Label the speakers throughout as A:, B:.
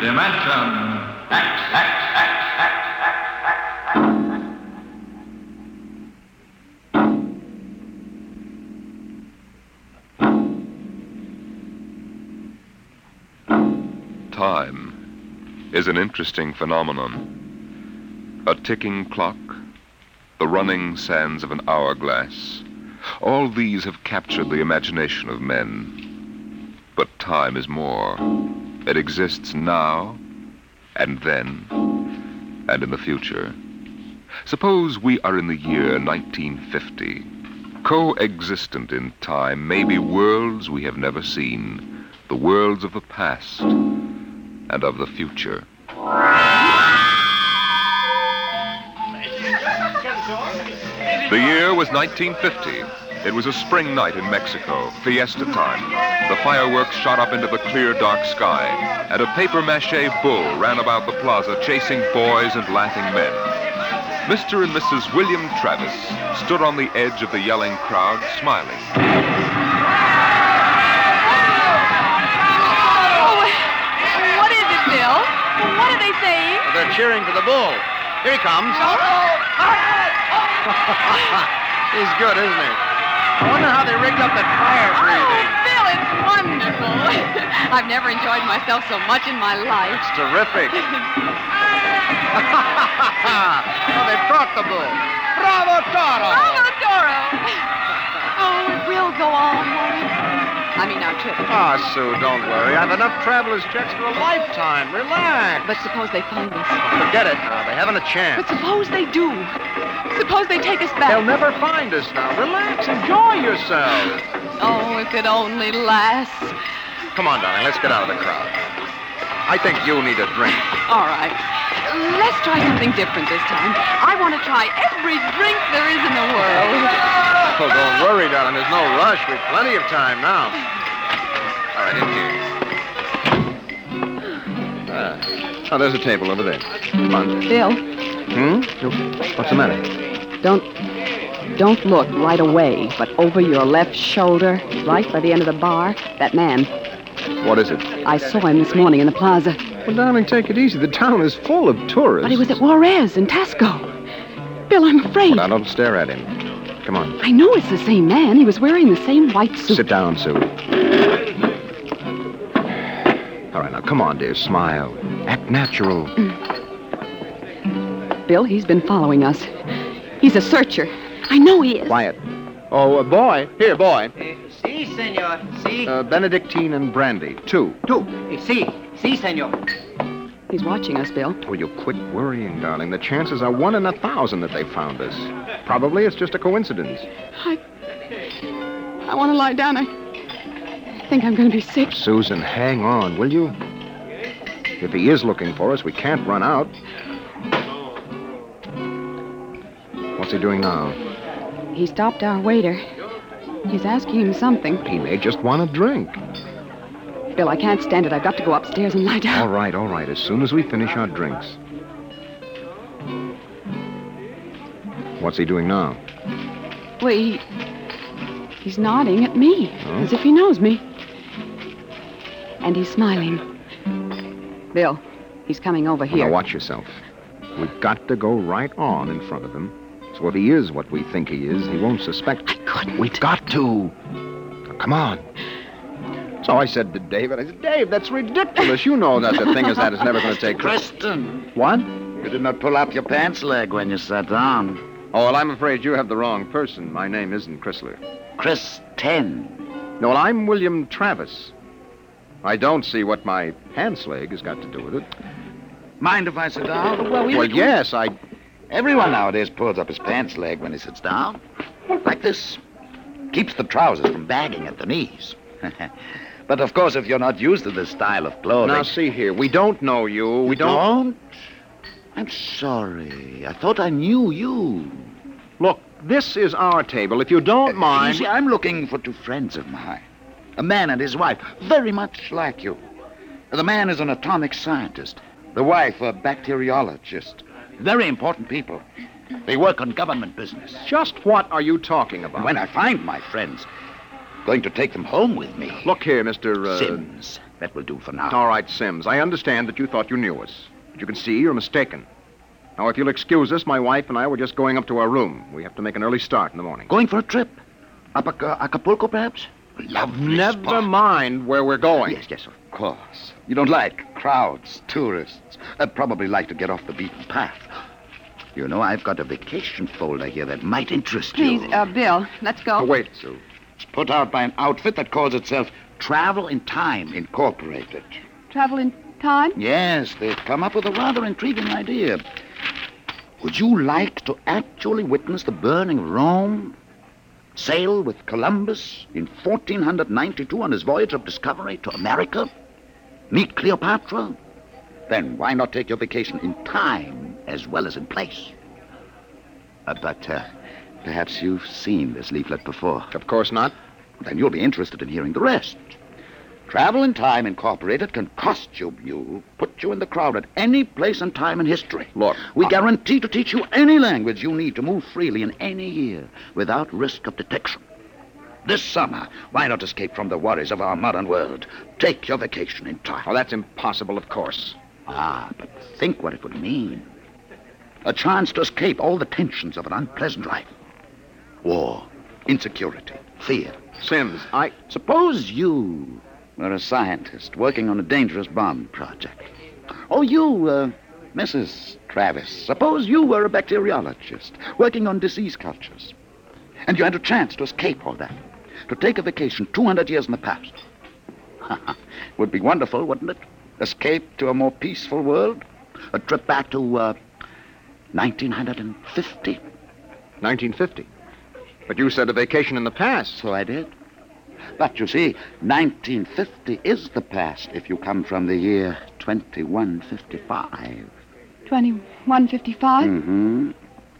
A: Dimension X, X, X, X. Time is an interesting phenomenon. A ticking clock, the running sands of an hourglass, all these have captured the imagination of men. But time is more. It exists now, and then, and in the future. Suppose we are in the year 1950. Coexistent in time may be worlds we have never seen, the worlds of the past and of the future. The year was 1950. It was a spring night in Mexico, fiesta time. The fireworks shot up into the clear, dark sky, and a paper mache bull ran about the plaza chasing boys and laughing men. Mr. and Mrs. William Travis stood on the edge of the yelling crowd, smiling.
B: What is it, Bill? What are they saying?
C: They're cheering for the bull. Here he comes. He's good, isn't he? I wonder how they rigged up that fire
B: Oh,
C: breathing.
B: Bill, it's wonderful. I've never enjoyed myself so much in my life.
C: It's terrific. oh, they brought the bull. Bravo, Toro!
B: Bravo, Doro. Oh, it will go on, won't it? I mean, now, Trip.
C: Ah, Sue, don't worry. I've enough traveler's checks for a lifetime. Relax.
B: But suppose they find us.
C: Forget it now. They haven't a
B: But
C: chance.
B: suppose they do. Suppose they take us
C: They'll
B: back.
C: never find us now. Relax. Enjoy yourselves.
B: Oh, if it only lasts.
C: Come on, darling. Let's get out of the crowd. I think you need a drink.
B: All right. Let's try something different this time. I want to try every drink there is in the world.
C: Oh, don't worry, darling. There's no rush. We've plenty of time now. All right, in here. Ah. Oh, there's a table over there. Come on.
B: Bill,
C: Hmm? You- What's the matter?
B: don't don't look right away, but over your left shoulder, right by the end of the bar, that man.
C: What is it?
B: I saw him this morning in the plaza.
C: Well, darling, take it easy. The town is full of tourists.
B: But he was at Juarez in Tasco. Bill, I'm afraid.
C: Now, don't stare at him. Come on.
B: I know it's the same man. He was wearing the same white suit.
C: Sit down, Sue. All right, now, come on, dear. Smile. Act natural.
B: Bill, he's been following us. He's a searcher. I know he is.
C: Quiet. Oh, uh, boy. Here, boy.
D: Eh,
E: Sí, señor. Sí.
C: Uh, Benedictine and brandy, two. Two.
D: Eh,
E: sí. Sí, señor.
B: He's watching us, Bill.
C: Will Oh, you quit worrying, darling? The chances are one in a thousand that they found us. Probably it's just a coincidence.
B: I. I want to lie down. I think I'm going to be sick.
C: Susan, hang on, will you? If he is looking for us, we can't run out. What's he doing now?
B: He stopped our waiter. He's asking him something.
C: He may just want a drink.
B: Bill, I can't stand it. I've got to go upstairs and lie
C: All
B: down.
C: right, all right. As soon as we finish our drinks. What's he doing now?
B: Well, he. He's nodding at me as if he knows me. And he's smiling. Bill, he's coming over here.
C: Now watch yourself. We've got to go right on in front of him. So if he is what we think he is, he won't suspect.
B: I couldn't.
C: We've got to. Now, come on. So I said to David, I said, Dave, that's ridiculous. You know that the thing is that is never going to take place.
D: Preston,
C: What?
D: you did not pull up your pants leg when you sat down.
C: Oh, well, I'm afraid you have the wrong person. My name isn't Chrysler.
D: Chris Ten.
C: No, well, I'm William Travis. I don't see what my pants leg has got to do with it.
D: Mind if I sit down?
B: Well, we
C: well, yes, I.
D: Everyone nowadays pulls up his pants leg when he sits down. Like this. Keeps the trousers from bagging at the knees. But of course, if you're not used to this style of clothing.
C: Now, see here. We don't know you. We
D: You
C: don't.
D: don't? I'm sorry. I thought I knew you.
C: Look, this is our table. If you don't
D: You
C: mind.
D: see, I'm looking for two friends of mine a man and his wife, very much like you. The man is an atomic scientist, the wife, a bacteriologist. Very important people. They work on government business.
C: Just what are you talking about?
D: When I find my friends, going to take them home with me.
C: Look here, Mr. Uh...
D: Sims. That will do for now.
C: All right, Sims. I understand that you thought you knew us. But you can see you're mistaken. Now, if you'll excuse us, my wife and I were just going up to our room. We have to make an early start in the morning.
D: Going for a trip? Up Aca- Acapulco, perhaps? Lovely
C: Never
D: spot.
C: mind where we're going.
D: Yes, yes, of course. You don't like crowds, tourists. i probably like to get off the beaten path. You know, I've got a vacation folder here that might interest you.
B: Please, uh, Bill, let's go.
C: Oh, wait.
D: It's put out by an outfit that calls itself Travel in Time Incorporated.
B: Travel in time?
D: Yes, they've come up with a rather intriguing idea. Would you like to actually witness the burning of Rome? Sail with Columbus in 1492 on his voyage of discovery to America? Meet Cleopatra? Then why not take your vacation in time as well as in place? Uh, but uh, perhaps you've seen this leaflet before.
C: Of course not.
D: Then you'll be interested in hearing the rest. Travel in Time Incorporated can costume you, put you in the crowd at any place and time in history.
C: Look,
D: we
C: I-
D: guarantee to teach you any language you need to move freely in any year without risk of detection. This summer, why not escape from the worries of our modern world? Take your vacation in time.
C: Oh, that's impossible, of course.
D: Ah, but think what it would mean. A chance to escape all the tensions of an unpleasant life. War, insecurity, fear.
C: Sims, I.
D: Suppose you were a scientist working on a dangerous bomb project. Or you, uh, Mrs. Travis, suppose you were a bacteriologist working on disease cultures. And you had a chance to escape all that, to take a vacation 200 years in the past. Would be wonderful, wouldn't it? Escape to a more peaceful world? A trip back to, uh, 1950?
C: 1950. But you said a vacation in the past.
D: So I did. But you see, 1950 is the past if you come from the year 2155.
B: 2155?
C: Hmm.
D: Mm-hmm.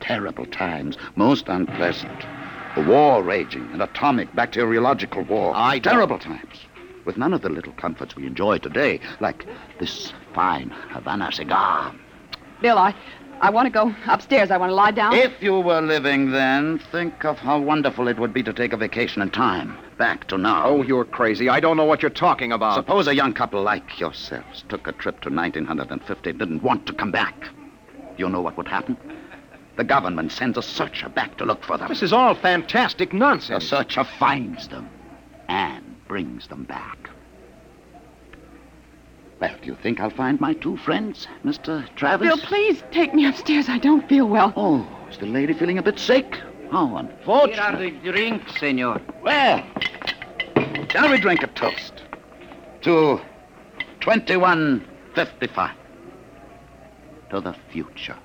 D: Terrible times, most unpleasant. A war raging, an atomic bacteriological war.
C: I don't-
D: Terrible times. With none of the little comforts we enjoy today, like this fine Havana cigar.
B: Bill, I, I want to go upstairs. I want to lie down.
C: Eh.
D: If you were living then, think of how wonderful it would be to take a vacation in time, back to now.
C: Oh, you're crazy. I don't know what you're talking about.
D: Suppose a young couple like yourselves took a trip to 1950, didn't want to come back. You know what would happen? The government sends a searcher back to look for them.
C: This is all fantastic
D: The
C: nonsense.
D: searcher finds them and brings them back. Well, do you think I'll find my two friends, Mr. Travis?
B: Bill, please take me upstairs. I don't feel well.
D: Oh, is the lady feeling a bit sick? How
E: Here are
D: unfortunate.
E: the drinks, senor.
D: Well, shall we drink a toast to 2155? To the future.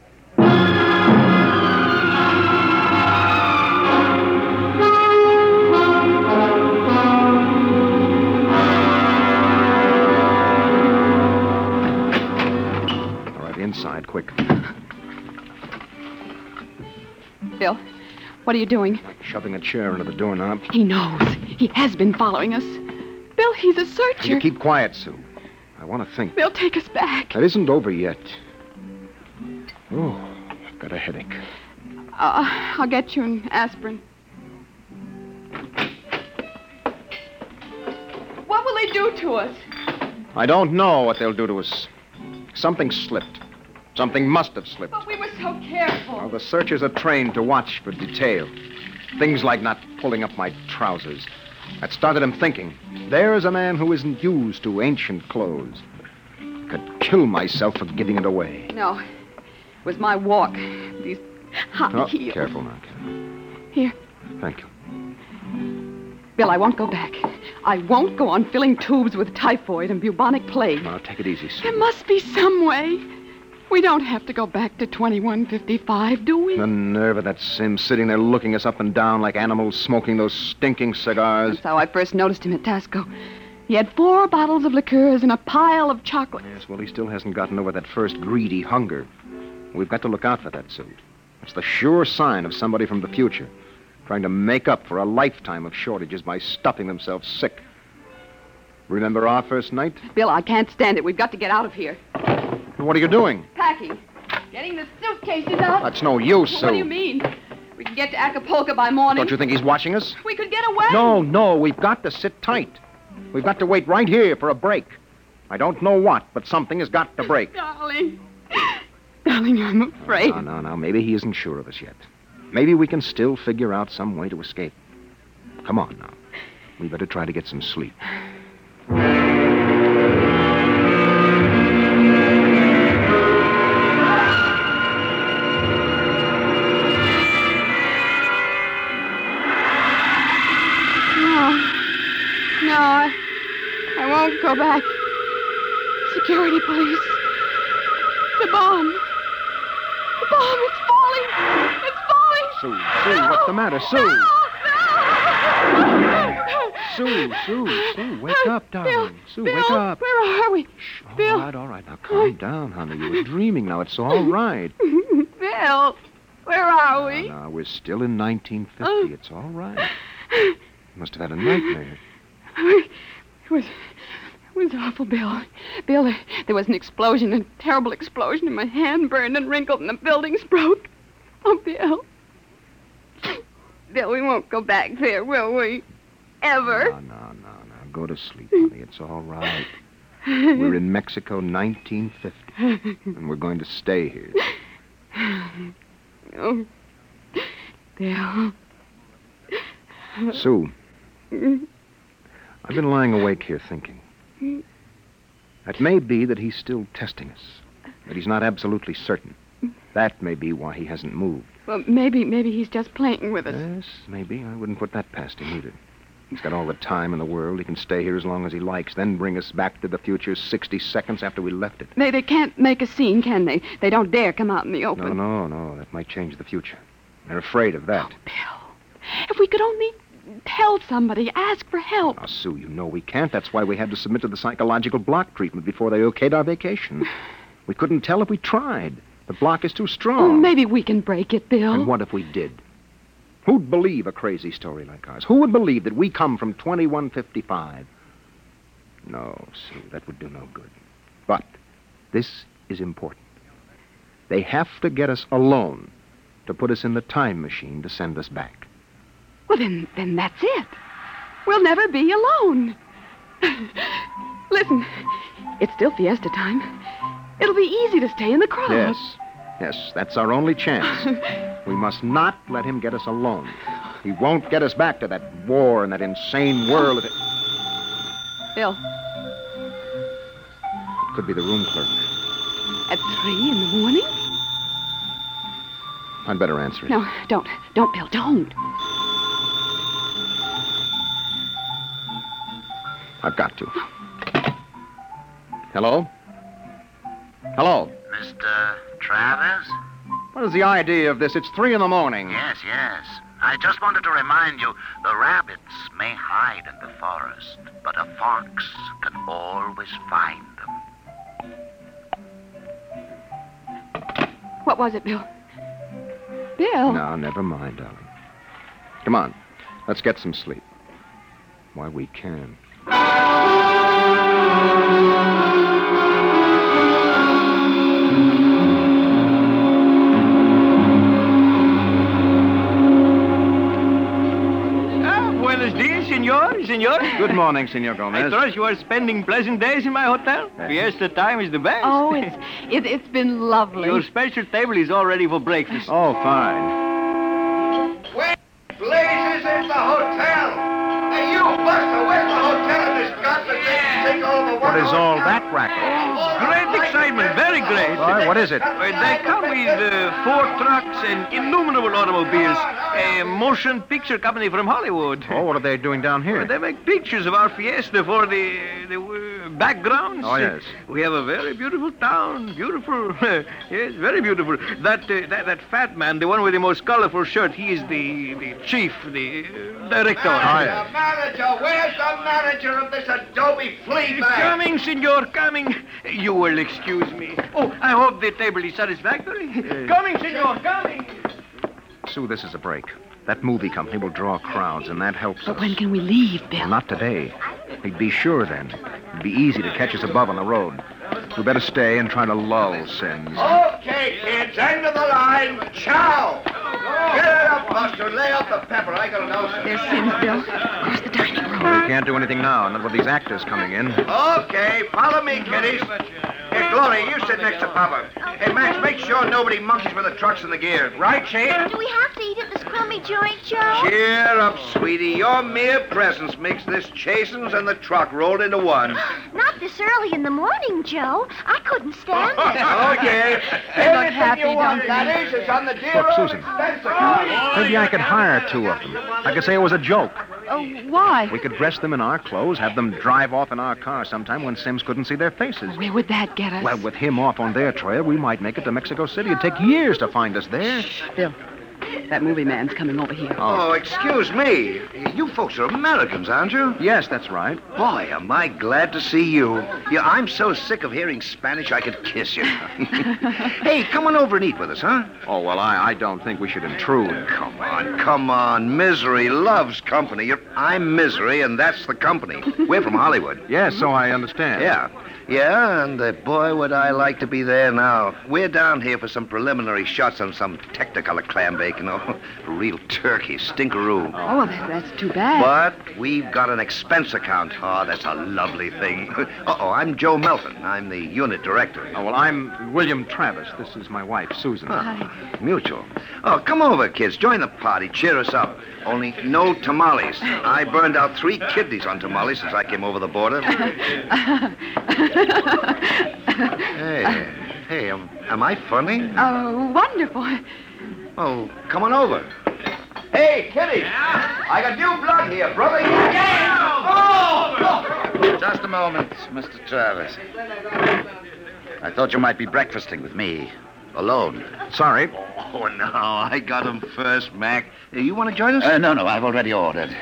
C: All right, inside, quick.
B: Bill, what are you doing?
C: Shoving a chair under the doorknob.
B: He knows. He has been following us. Bill, he's a
C: Will You
B: searcher.
C: keep quiet, Sue. I want to think.
B: Bill, take us back.
C: That isn't over yet. Oh, I've got a headache.
B: Uh, I'll get you an aspirin. What will they do to us?
C: I don't know what they'll do to us. Something slipped. Something must have slipped.
B: But we were so careful.
C: Well, the searchers are trained to watch for detail. Things like not pulling up my trousers. That started him thinking. There is a man who isn't used to ancient clothes. Could kill myself for giving it away.
B: No. It was my walk. These high
C: Oh,
B: heels.
C: careful now. careful.
B: Here.
C: Thank you.
B: Bill, I won't go back. I won't go on filling tubes with typhoid and bubonic plague.
C: Now, take it easy, Sue.
B: There must be some way. We don't have to go back to 2155, do we?
C: The nerve of that Sim sitting there looking us up and down like animals smoking those stinking cigars.
B: That's how I first noticed him at Tasco. He had four bottles of liqueurs and a pile of chocolate.
C: Yes, well, he still hasn't gotten over that first greedy hunger. We've got to look out for that suit. It's the sure sign of somebody from the future, trying to make up for a lifetime of shortages by stuffing themselves sick. Remember our first night?
B: Bill, I can't stand it. We've got to get out of here.
C: What are you doing?
B: Packing. Getting the suitcases out.
C: That's no use,
B: What
C: Sue.
B: do you mean? We can get to Acapulco by morning.
C: Don't you think he's watching us?
B: We could get away.
C: No, no, we've got to sit tight. We've got to wait right here for a break. I don't know what, but something has got to break.
B: Darling. Darling, I'm afraid.
C: No, no, no. Maybe he isn't sure of us yet. Maybe we can still figure out some way to escape. Come on now. We better try to get some sleep.
B: No. No, I, I won't go back. Security police. The bomb. The bomb, it's falling. It's falling.
C: Sue, Sue, what's the matter? Sue. Sue, Sue, Sue, wake up, darling. Sue,
B: Bill,
C: wake up.
B: Where are we? Bill.
C: All right, all right. Now calm down, honey. You were dreaming now. It's all right.
B: Bill, where are
C: Now,
B: we?
C: now, we're still in
B: Oh.
C: 1950. It's all right. You must have had a nightmare.
B: It was, it was awful, Bill. Bill, there, there was an explosion, a terrible explosion, and my hand burned and wrinkled, and the buildings broke. Oh, Bill. Bill, we won't go back there, will we? Ever.
C: No, no, no, no. Go to sleep, honey. It's all right. We're in Mexico 1950, and we're going to stay here.
B: Oh. Bill.
C: Sue, I've been lying awake here thinking. It may be that he's still testing us, that he's not absolutely certain. That may be why he hasn't moved.
B: Well, maybe, maybe he's just playing with us.
C: Yes, maybe. I wouldn't put that past him either. He's got all the time in the world. He can stay here as long as he likes, then bring us back to the future 60 seconds after we left it.
B: They, they can't make a scene, can they? They don't dare come out in the
C: No,
B: open.
C: no, no. That might change the future. They're afraid of that.
B: Bill, if we could only tell somebody, ask for help.
C: Now, Ah, Sue, you know we can't. That's why we had to submit to the psychological block treatment before they okayed our vacation. We couldn't tell if we tried. The block is too
B: Oh,
C: strong.
B: maybe we can break it, Bill.
C: And what if we did? Who'd believe a crazy story like ours? Who would believe that we come from 2155? No, Sue, that would do no good. But this is important. They have to get us alone to put us in the time machine to send us back.
B: Well, then, then that's it. We'll never be alone. Listen, it's still fiesta time. It'll be easy to stay in the crowd.
C: Yes. Yes, that's our only chance. we must not let him get us alone. He won't get us back to that war and that insane world. If it
B: Bill,
C: could be the room clerk.
B: at three in the morning?
C: I'd better answer it.
B: No, don't. Don't, Bill, don't.
C: I've got to. Hello? Hello?
F: Mr. Travis?
C: What is the idea of this? It's three in the morning.
F: Yes, yes. I just wanted to remind you the rabbits may hide in the forest, but a fox can always find them.
B: What was it, Bill? Bill?
C: No, never mind, darling. Come on. Let's get some sleep. Why, we can.
G: Ah, buenos dias, senor, senor.
C: Good morning, Senor
G: I
C: Gomez. Eh?
G: trust you are spending pleasant days in my hotel. Fiesta time is the best.
B: Oh, it's, it, it's been lovely.
G: Your special table is all ready for breakfast.
C: Oh, fine.
H: Blazes is the hotel! Hey, you buster, where's the hotel in this godforsaken thing all over the world?
C: What is all that racket?
H: Oh,
G: Great excitement, very great.
C: All right, what is it?
G: Uh, they come with uh, four trucks and innumerable automobiles. A motion picture company from Hollywood.
C: Oh, what are they doing down here?
G: They make pictures of our fiesta for the, the uh, backgrounds.
C: Oh, yes.
G: We have a very beautiful town. Beautiful. yes, very beautiful. That, uh, that that fat man, the one with the most colorful shirt, he is the, the chief, the uh, director.
C: Oh,
H: The
C: yes.
H: manager, where's the manager of this Adobe flea bag?
G: Coming, senor, coming. You will excuse me. Oh, I hope the table is satisfactory. Coming, senor, coming.
C: Sue, this is a break. That movie company will draw crowds, and that helps
B: But
C: us.
B: when can we leave,
C: Well,
B: Bill?
C: not today. He'd be sure then. It'd be easy to catch us above on the road. We better stay and try to lull Sims.
H: Okay, kids, end of the line. Ciao. Get it up, Buster. Lay out the pepper. I got an ulcer.
B: There's Sims, Bill. Across the dining room.
C: We can't do anything now, not with these actors coming in.
H: Okay, follow me, kiddies. Hey, Gloria, you sit next to Papa. Hey, Max, make sure nobody monkeys with the trucks and the gear. Right, Shane?
I: Do we have to eat at this crummy joint, Joe?
H: Cheer up, sweetie. Your mere presence makes this chasins and the truck rolled into one.
I: Not this early in the morning, Joe. I couldn't stand it.
H: Okay.
B: look happy, don't they?
H: that is, it's on the dear
C: Look,
H: old
C: Susan.
H: expense
C: Maybe I could hire two of them. I could say it was a joke.
B: Oh, why?
C: We could dress them in our clothes, have them drive off in our car sometime when Sims couldn't see their faces.
B: Where would that get us?
C: Well, with him off on their trail, we might make it to Mexico City. It'd take years to find us there.
B: Bill, that movie man's coming over here.
F: Oh, excuse me. You folks are Americans, aren't you?
C: Yes, that's right.
F: Boy, am I glad to see you. Yeah, I'm so sick of hearing Spanish I could kiss you. hey, come on over and eat with us, huh?
C: Oh, well, I, I don't think we should intrude.
F: Come on, come on. Misery loves company. You're, I'm misery, and that's the company. We're from Hollywood.
C: Yes, so I understand.
F: Yeah. Yeah, and uh, boy, would I like to be there now. We're down here for some preliminary shots on some Technicolor clam bake, you know. Real turkey, stinkeroo.
B: Oh, that, that's too bad.
F: But we've got an expense account. Oh, that's a lovely thing. Uh-oh, I'm Joe Melton. I'm the unit director.
C: Oh, well, I'm William Travis. This is my wife, Susan.
F: Mutual. Oh, come over, kids. Join the party. Cheer us up. Only no tamales. I burned out three kidneys on tamales since I came over the border. hey, hey, am, am I funny?
B: Oh, wonderful.
F: Oh, come on over.
H: Hey, kiddies. I got new blood here, brother. Oh,
D: Just a moment, Mr. Travis. I thought you might be breakfasting with me. Alone.
C: Sorry.
F: Oh, no, I got him first, Mac. Hey, You want to join us?
D: Uh, no, no, I've already ordered.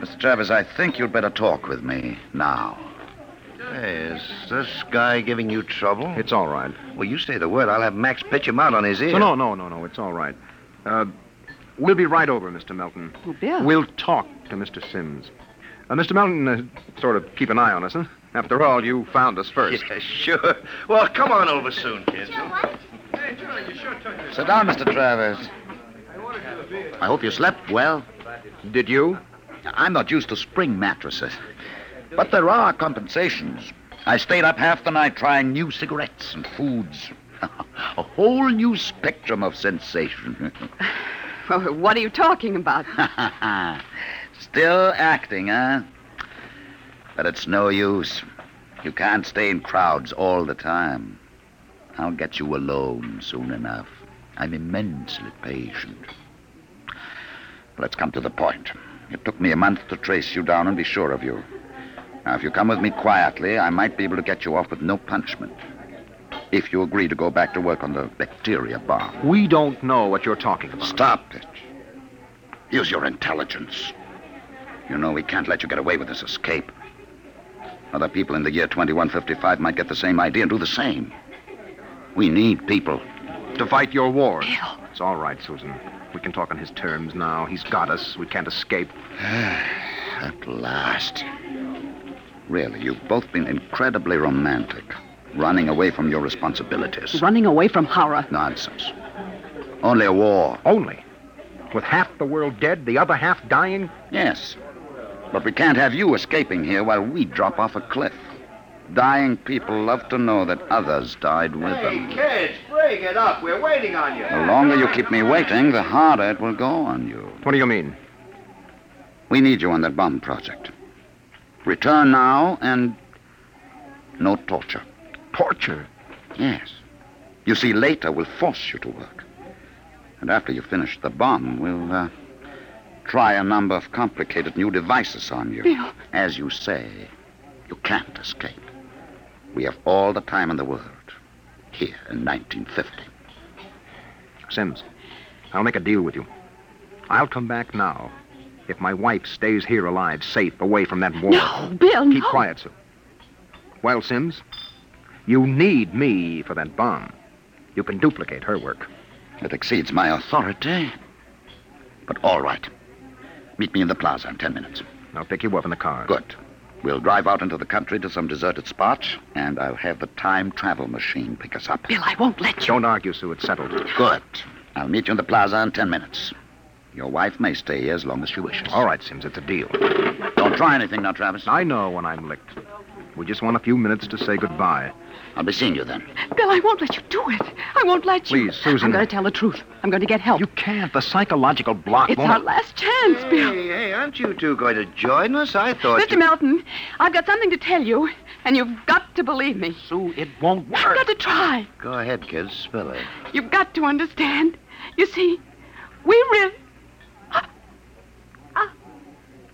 D: Mr. Travis, I think you'd better talk with me now.
F: Hey, is this guy giving you trouble?
C: It's all right.
F: Well, you say the word. I'll have Max pitch him out on his ear.
C: So, no, no, no, no. It's all right. Uh, we'll be right over, Mr. Melton.
B: Oh, Bill.
C: We'll talk to Mr. Sims. Uh, Mr. Melton, uh, sort of keep an eye on us, huh? After all, you found us first.
F: Yeah, sure. Well, come on over soon, kids.
I: Joe, why don't you-
D: Sit down, Mr. Travers. I hope you slept well.
C: Did you?
D: I'm not used to spring mattresses. But there are compensations. I stayed up half the night trying new cigarettes and foods. A whole new spectrum of sensation.
B: Oh, what are you talking about?
D: Still acting, huh? But it's no use. You can't stay in crowds all the time. I'll get you alone soon enough. I'm immensely patient. Let's come to the point. It took me a month to trace you down and be sure of you. Now, if you come with me quietly, I might be able to get you off with no punishment. If you agree to go back to work on the bacteria bomb.
C: We don't know what you're talking about.
D: Stop it. Use your intelligence. You know we can't let you get away with this escape. Other people in the year 2155 might get the same idea and do the same. We need people.
C: To fight your wars. It's all right, Susan. We can talk on his terms now. He's got us. We can't escape.
D: At last. Really, you've both been incredibly romantic, running away from your responsibilities.
B: Running away from horror.
D: Nonsense. Only a war.
C: Only. With half the world dead, the other half dying.
D: Yes. But we can't have you escaping here while we drop off a cliff. Dying people love to know that others died with
H: Hey,
D: them.
H: kids, break it up. We're waiting on you.
D: The longer you keep me waiting, the harder it will go on you.
C: What do you mean?
D: We need you on that bomb project. Return now and no torture.
C: Torture.
D: Yes. You see, later we'll force you to work. And after you've finished the bomb, we'll uh, try a number of complicated new devices on you.
B: Bill.
D: As you say, you can't escape. We have all the time in the world. Here in 1950.
C: Sims, I'll make a deal with you. I'll come back now. If my wife stays here alive, safe, away from that wall.
B: No, Bill,
C: Keep
B: no.
C: quiet, Sue. Well, Sims, you need me for that bomb. You can duplicate her work.
D: It exceeds my authority. But all right. Meet me in the plaza in ten minutes.
C: I'll pick you up in the car.
D: Good. We'll drive out into the country to some deserted spot, and I'll have the time travel machine pick us up.
B: Bill, I won't let you.
C: Don't argue, Sue. It's settled.
D: Good. I'll meet you in the plaza in ten minutes. Your wife may stay here as long as she wishes. Oh,
C: All right, Sims, it's a deal.
D: Don't try anything now, Travis.
C: I know when I'm licked. We just want a few minutes to say goodbye.
D: I'll be seeing you then.
B: Bill, I won't let you do it. I won't let you.
C: Please, Susan.
B: I'm going to tell the truth. I'm going to get help.
C: You can't. The psychological block
B: it's
C: won't.
B: our last chance, Bill.
F: Hey, hey, aren't you two going to join us? I thought.
B: Mr. Melton, I've got something to tell you, and you've got to believe me.
C: Sue, it won't
B: I've got to try.
F: Go ahead, kids. Spill it.
B: You've got to understand. You see, we really. Ah,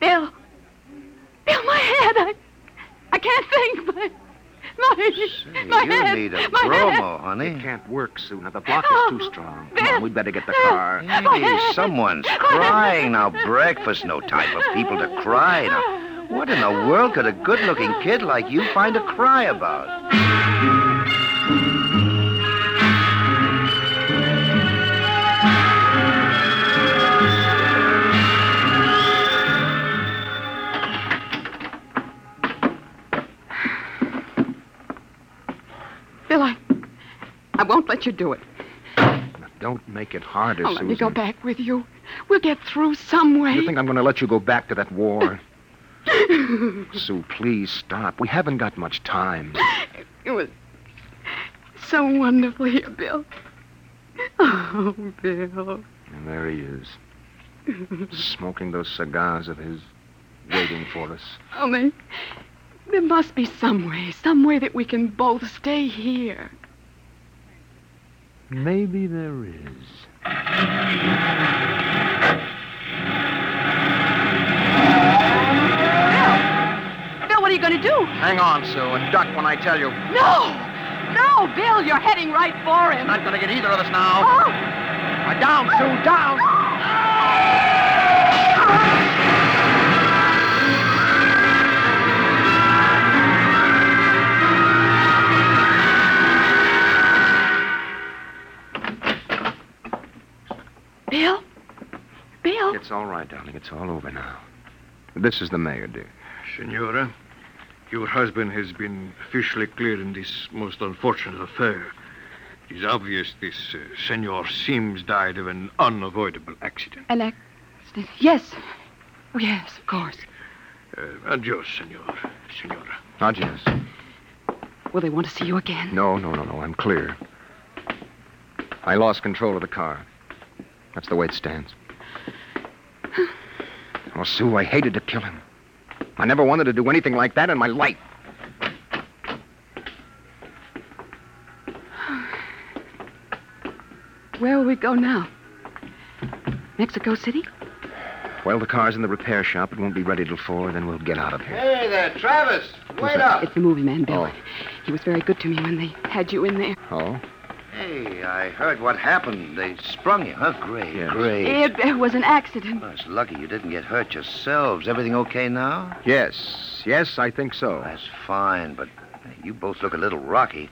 B: Bill. Bill, my head. I, I can't think. My, my,
F: Hey,
B: my
F: you
B: head.
F: need a
B: my
F: bromo,
C: It
F: honey.
C: can't work, Sue. Now, the block is too strong. Come
B: Oh, Bill.
C: on, we'd better get the
B: Bill.
C: car.
B: My
F: Hey,
B: head.
F: someone's
B: My
F: crying.
B: head.
F: Now, breakfast, no time for people to cry. Now, what in the world could a good looking kid like you find to cry about?
B: Bill, I, I won't let you do it.
C: Don't make it harder,
B: I'll
C: Susan.
B: let me go back with you. We'll get through some way.
C: You think I'm going to let you go back to that war? Sue, please stop. We haven't got much time.
B: It was so wonderful here, Bill. Oh, Bill.
C: And there he is, smoking those cigars of his, waiting for us.
B: Only there must be some way, some way that we can both stay here.
C: Maybe there is.
B: Bill, what are you going to do?
C: Hang on, Sue, and duck when I tell you.
B: No! No, Bill, you're heading right for him.
C: Not going to get either of us now.
B: Oh,
C: Uh, Down, Sue, down!
B: Bill? Bill?
C: It's all right, darling. It's all over now. This is the mayor, dear.
J: Senora, your husband has been officially cleared in this most unfortunate affair. It is obvious this uh, Senor Sims died of an unavoidable accident.
B: An accident. Yes. Oh, yes, of course.
J: Uh, adios, Senor. Senora.
C: Adios.
B: Will they want to see you again?
C: Ah, No, no, no, no. I'm clear. I lost control of the car. That's the way it stands. Oh, Sue, I hated to kill him. I never wanted to do anything like that in my life.
B: Where will we go now? Mexico City?
C: Well, the car's in the repair shop. It won't be ready till four. Then we'll get out of here.
H: Hey there, Travis. Wait up.
B: It's the movie man, Bill.
C: Oh.
B: He was very good to me when they had you in there.
C: Oh?
F: Hey, I heard what happened. They sprung you, huh? Great,
C: Yes.
F: great.
B: It, it was an accident.
F: Well, it's lucky you didn't get hurt yourselves. Everything okay now?
C: Yes. Yes, I think so.
F: That's fine, but you both look a little rocky.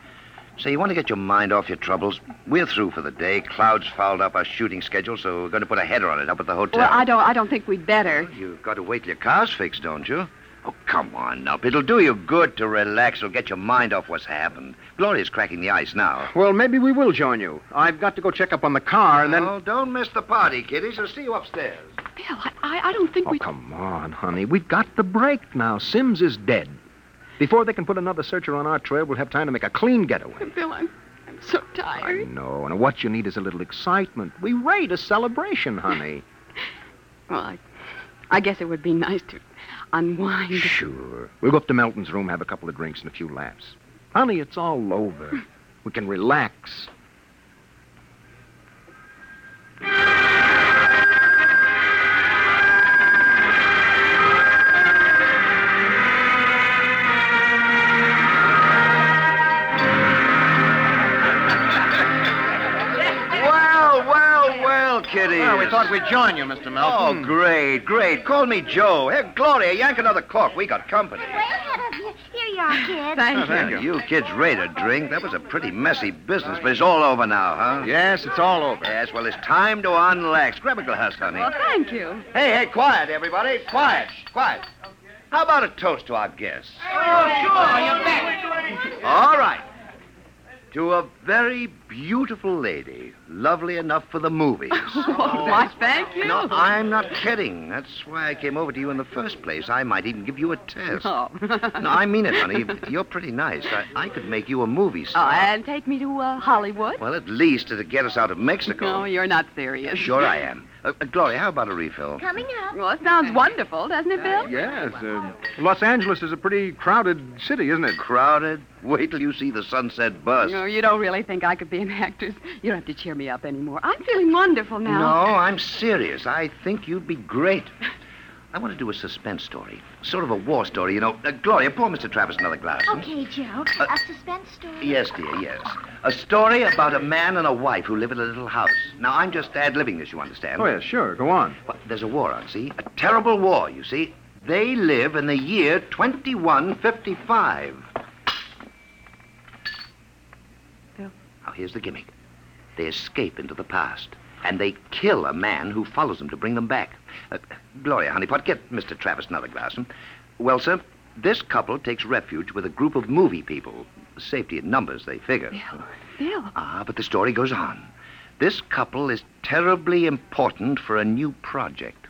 F: Say, you want to get your mind off your troubles? We're through for the day. Clouds fouled up our shooting schedule, so we're going to put a header on it up at the hotel.
B: Well, I don't, I don't think we'd better.
F: You've got to wait till your car's fixed, don't you? Oh, come on, up. It'll do you good to relax. It'll get your mind off what's happened. Gloria's cracking the ice now.
C: Well, maybe we will join you. I've got to go check up on the car and then.
F: Oh, don't miss the party, kiddies. I'll see you upstairs.
B: Bill, I, I, I don't think
C: Oh,
B: we.
C: come on, honey. We've got the break now. Sims is dead. Before they can put another searcher on our trail, we'll have time to make a clean getaway.
B: Bill, I'm, I'm so
C: I
B: tired.
C: know, and what you need is a little excitement. We raid a celebration, honey.
B: Well, I, I guess it would be nice to unwind.
C: Sure. We'll go up to Melton's room, have a couple of drinks and a few laughs. Honey, it's all over. We can relax.
F: Well, well, well, kiddies.
H: Well, we thought we'd join you, Mr. Malcolm.
F: Oh, great, great. Call me Joe. Hey, Gloria, yank another cork. We got company.
I: Way ahead of you. Here you are, kid.
F: Oh, you. kids rate a drink. That was a pretty messy business, but it's all over now, huh? Yes, it's all over. Yes, well, it's time to unlax. Grab a glass, honey.
H: Well,
B: Thank you.
F: Hey, hey, quiet, everybody. Quiet, quiet. How about a toast to our guests? All right. To a very beautiful lady, lovely enough for the movies.
B: Why, Oh, thank you.
F: No, I'm not kidding. That's why I came over to you in the first place. I might even give you a test.
B: Oh.
F: No, I mean it, honey. You're pretty nice. I, I could make you a movie
B: Oh,
F: star.
B: and take me to uh, Hollywood?
F: Well, at least it'd get us out of Mexico.
B: No, you're not serious.
F: Sure I am. Uh, uh, Gloria, how about a refill?
I: Coming up.
B: Well, it sounds wonderful, doesn't it, Bill?
J: Yes, uh, Los Angeles is a pretty crowded city, isn't it?
F: Crowded? Wait till you see the sunset bus.
B: No, you don't really think I could be an actress. You don't have to cheer me up anymore. I'm feeling wonderful now.
F: No, I'm serious. I think you'd be great. I want to do a suspense story, sort of a war story, you know. Uh, Gloria, pour Mr. Travis another glass. hmm?
I: Okay, Joe. a suspense story.
F: Yes, dear, yes. A story about a man and a wife who live in a little house. Now, I'm just ad libbing this, you understand.
J: Oh, yeah, sure. Go on.
F: Well, there's a war on, see? A terrible war, you see. They live in the year 2155.
B: Bill.
F: Now, here's the gimmick they escape into the past, and they kill a man who follows them to bring them back. Uh, Gloria, honeypot, get Mr. Travis another glass. hmm? Well, sir, this couple takes refuge with a group of movie people. Safety in numbers, they figure.
B: Bill.
F: Ah, but the story goes on. This couple is terribly important for a new project.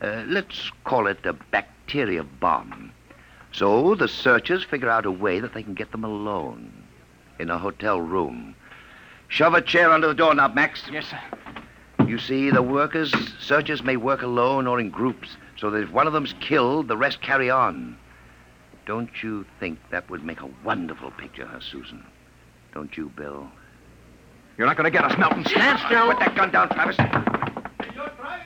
F: Uh, let's call it a bacteria bomb. So the searchers figure out a way that they can get them alone in a hotel room. Shove a chair under the doorknob, Max. Yes, sir. You see, the workers, searchers may work alone or in groups, so that if one of them's killed, the rest carry on. Don't you think that would make a wonderful picture, huh, Susan? Don't you, Bill?
C: You're not going to get us, Melton. Stand still. Put that gun down, Travis.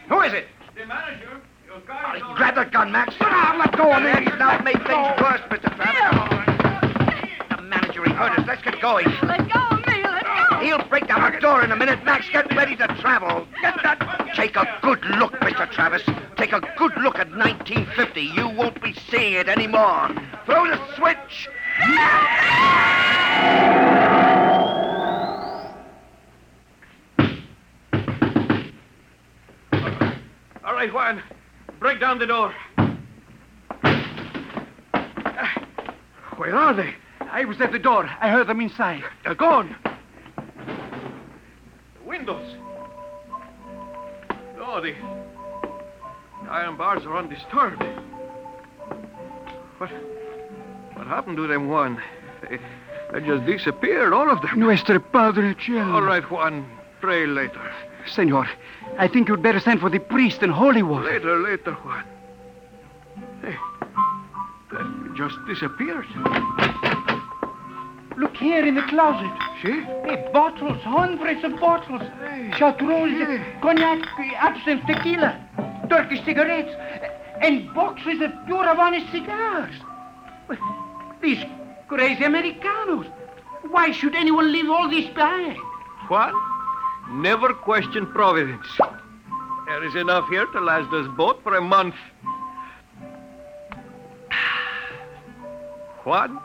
C: Who is it?
G: The manager. Your guy is
C: Grab that gun, Max. Put out. Let go of me.
F: Now, make things worse, Mr. Travis. The manager, he heard us. Let's get going.
B: Let go of me. Let go.
F: He'll break down the door in a minute. Max, get ready to travel. Get that. Take a good look, Mr. Travis. Take a good look at 1950. You won't be seeing it anymore. Throw the switch.
G: All right, Juan. Break down the door. Ah, Where are they? I was at the door. I heard them inside. They're gone. The windows. No, the, the iron bars are undisturbed. What, what happened to them, Juan? They, they just disappeared, all of them.
K: Nuestro Padre Cielo.
G: All right, Juan. Pray later.
K: Senor, I think you'd better send for the priest and holy water.
G: Later, later, Juan. Hey, that just disappeared.
K: Look here in the closet.
G: See?
K: Hey, bottles, hundreds of bottles. Chartreuse, cognac, absinthe, tequila, Turkish cigarettes, and boxes of pure Havana cigars. These crazy Americanos. Why should anyone leave all this behind?
G: Juan, never question Providence. There is enough here to last us both for a month. Juan,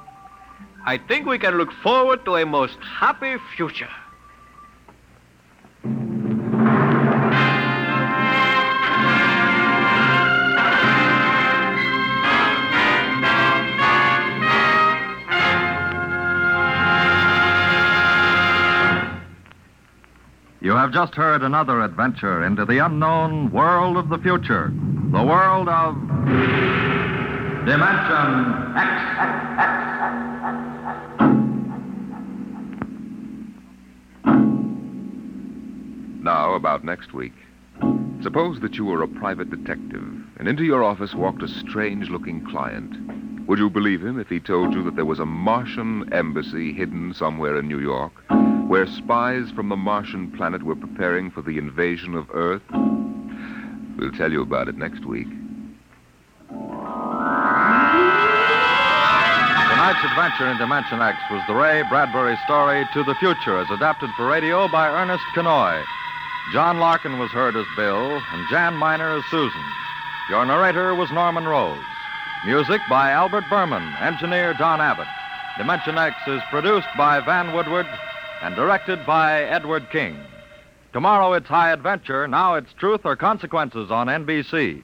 G: I think we can look forward to a most happy future.
L: You have just heard another adventure into the unknown world of the future, the world of Dimension X.
A: Now, about next week. Suppose that you were a private detective, and into your office walked a strange looking client. Would you believe him if he told you that there was a Martian embassy hidden somewhere in New York, where spies from the Martian planet were preparing for the invasion of Earth? We'll tell you about it next week.
C: Tonight's adventure in Dimension X was the Ray Bradbury story To the Future, as adapted for radio by Ernest Canoy. John Larkin was heard as Bill, and Jan Miner as Susan. Your narrator was Norman Rose. Music by Albert Berman, engineer Don Abbott. Dimension X is produced by Van Woodward and directed by Edward King. Tomorrow it's High Adventure, now it's Truth or Consequences on NBC.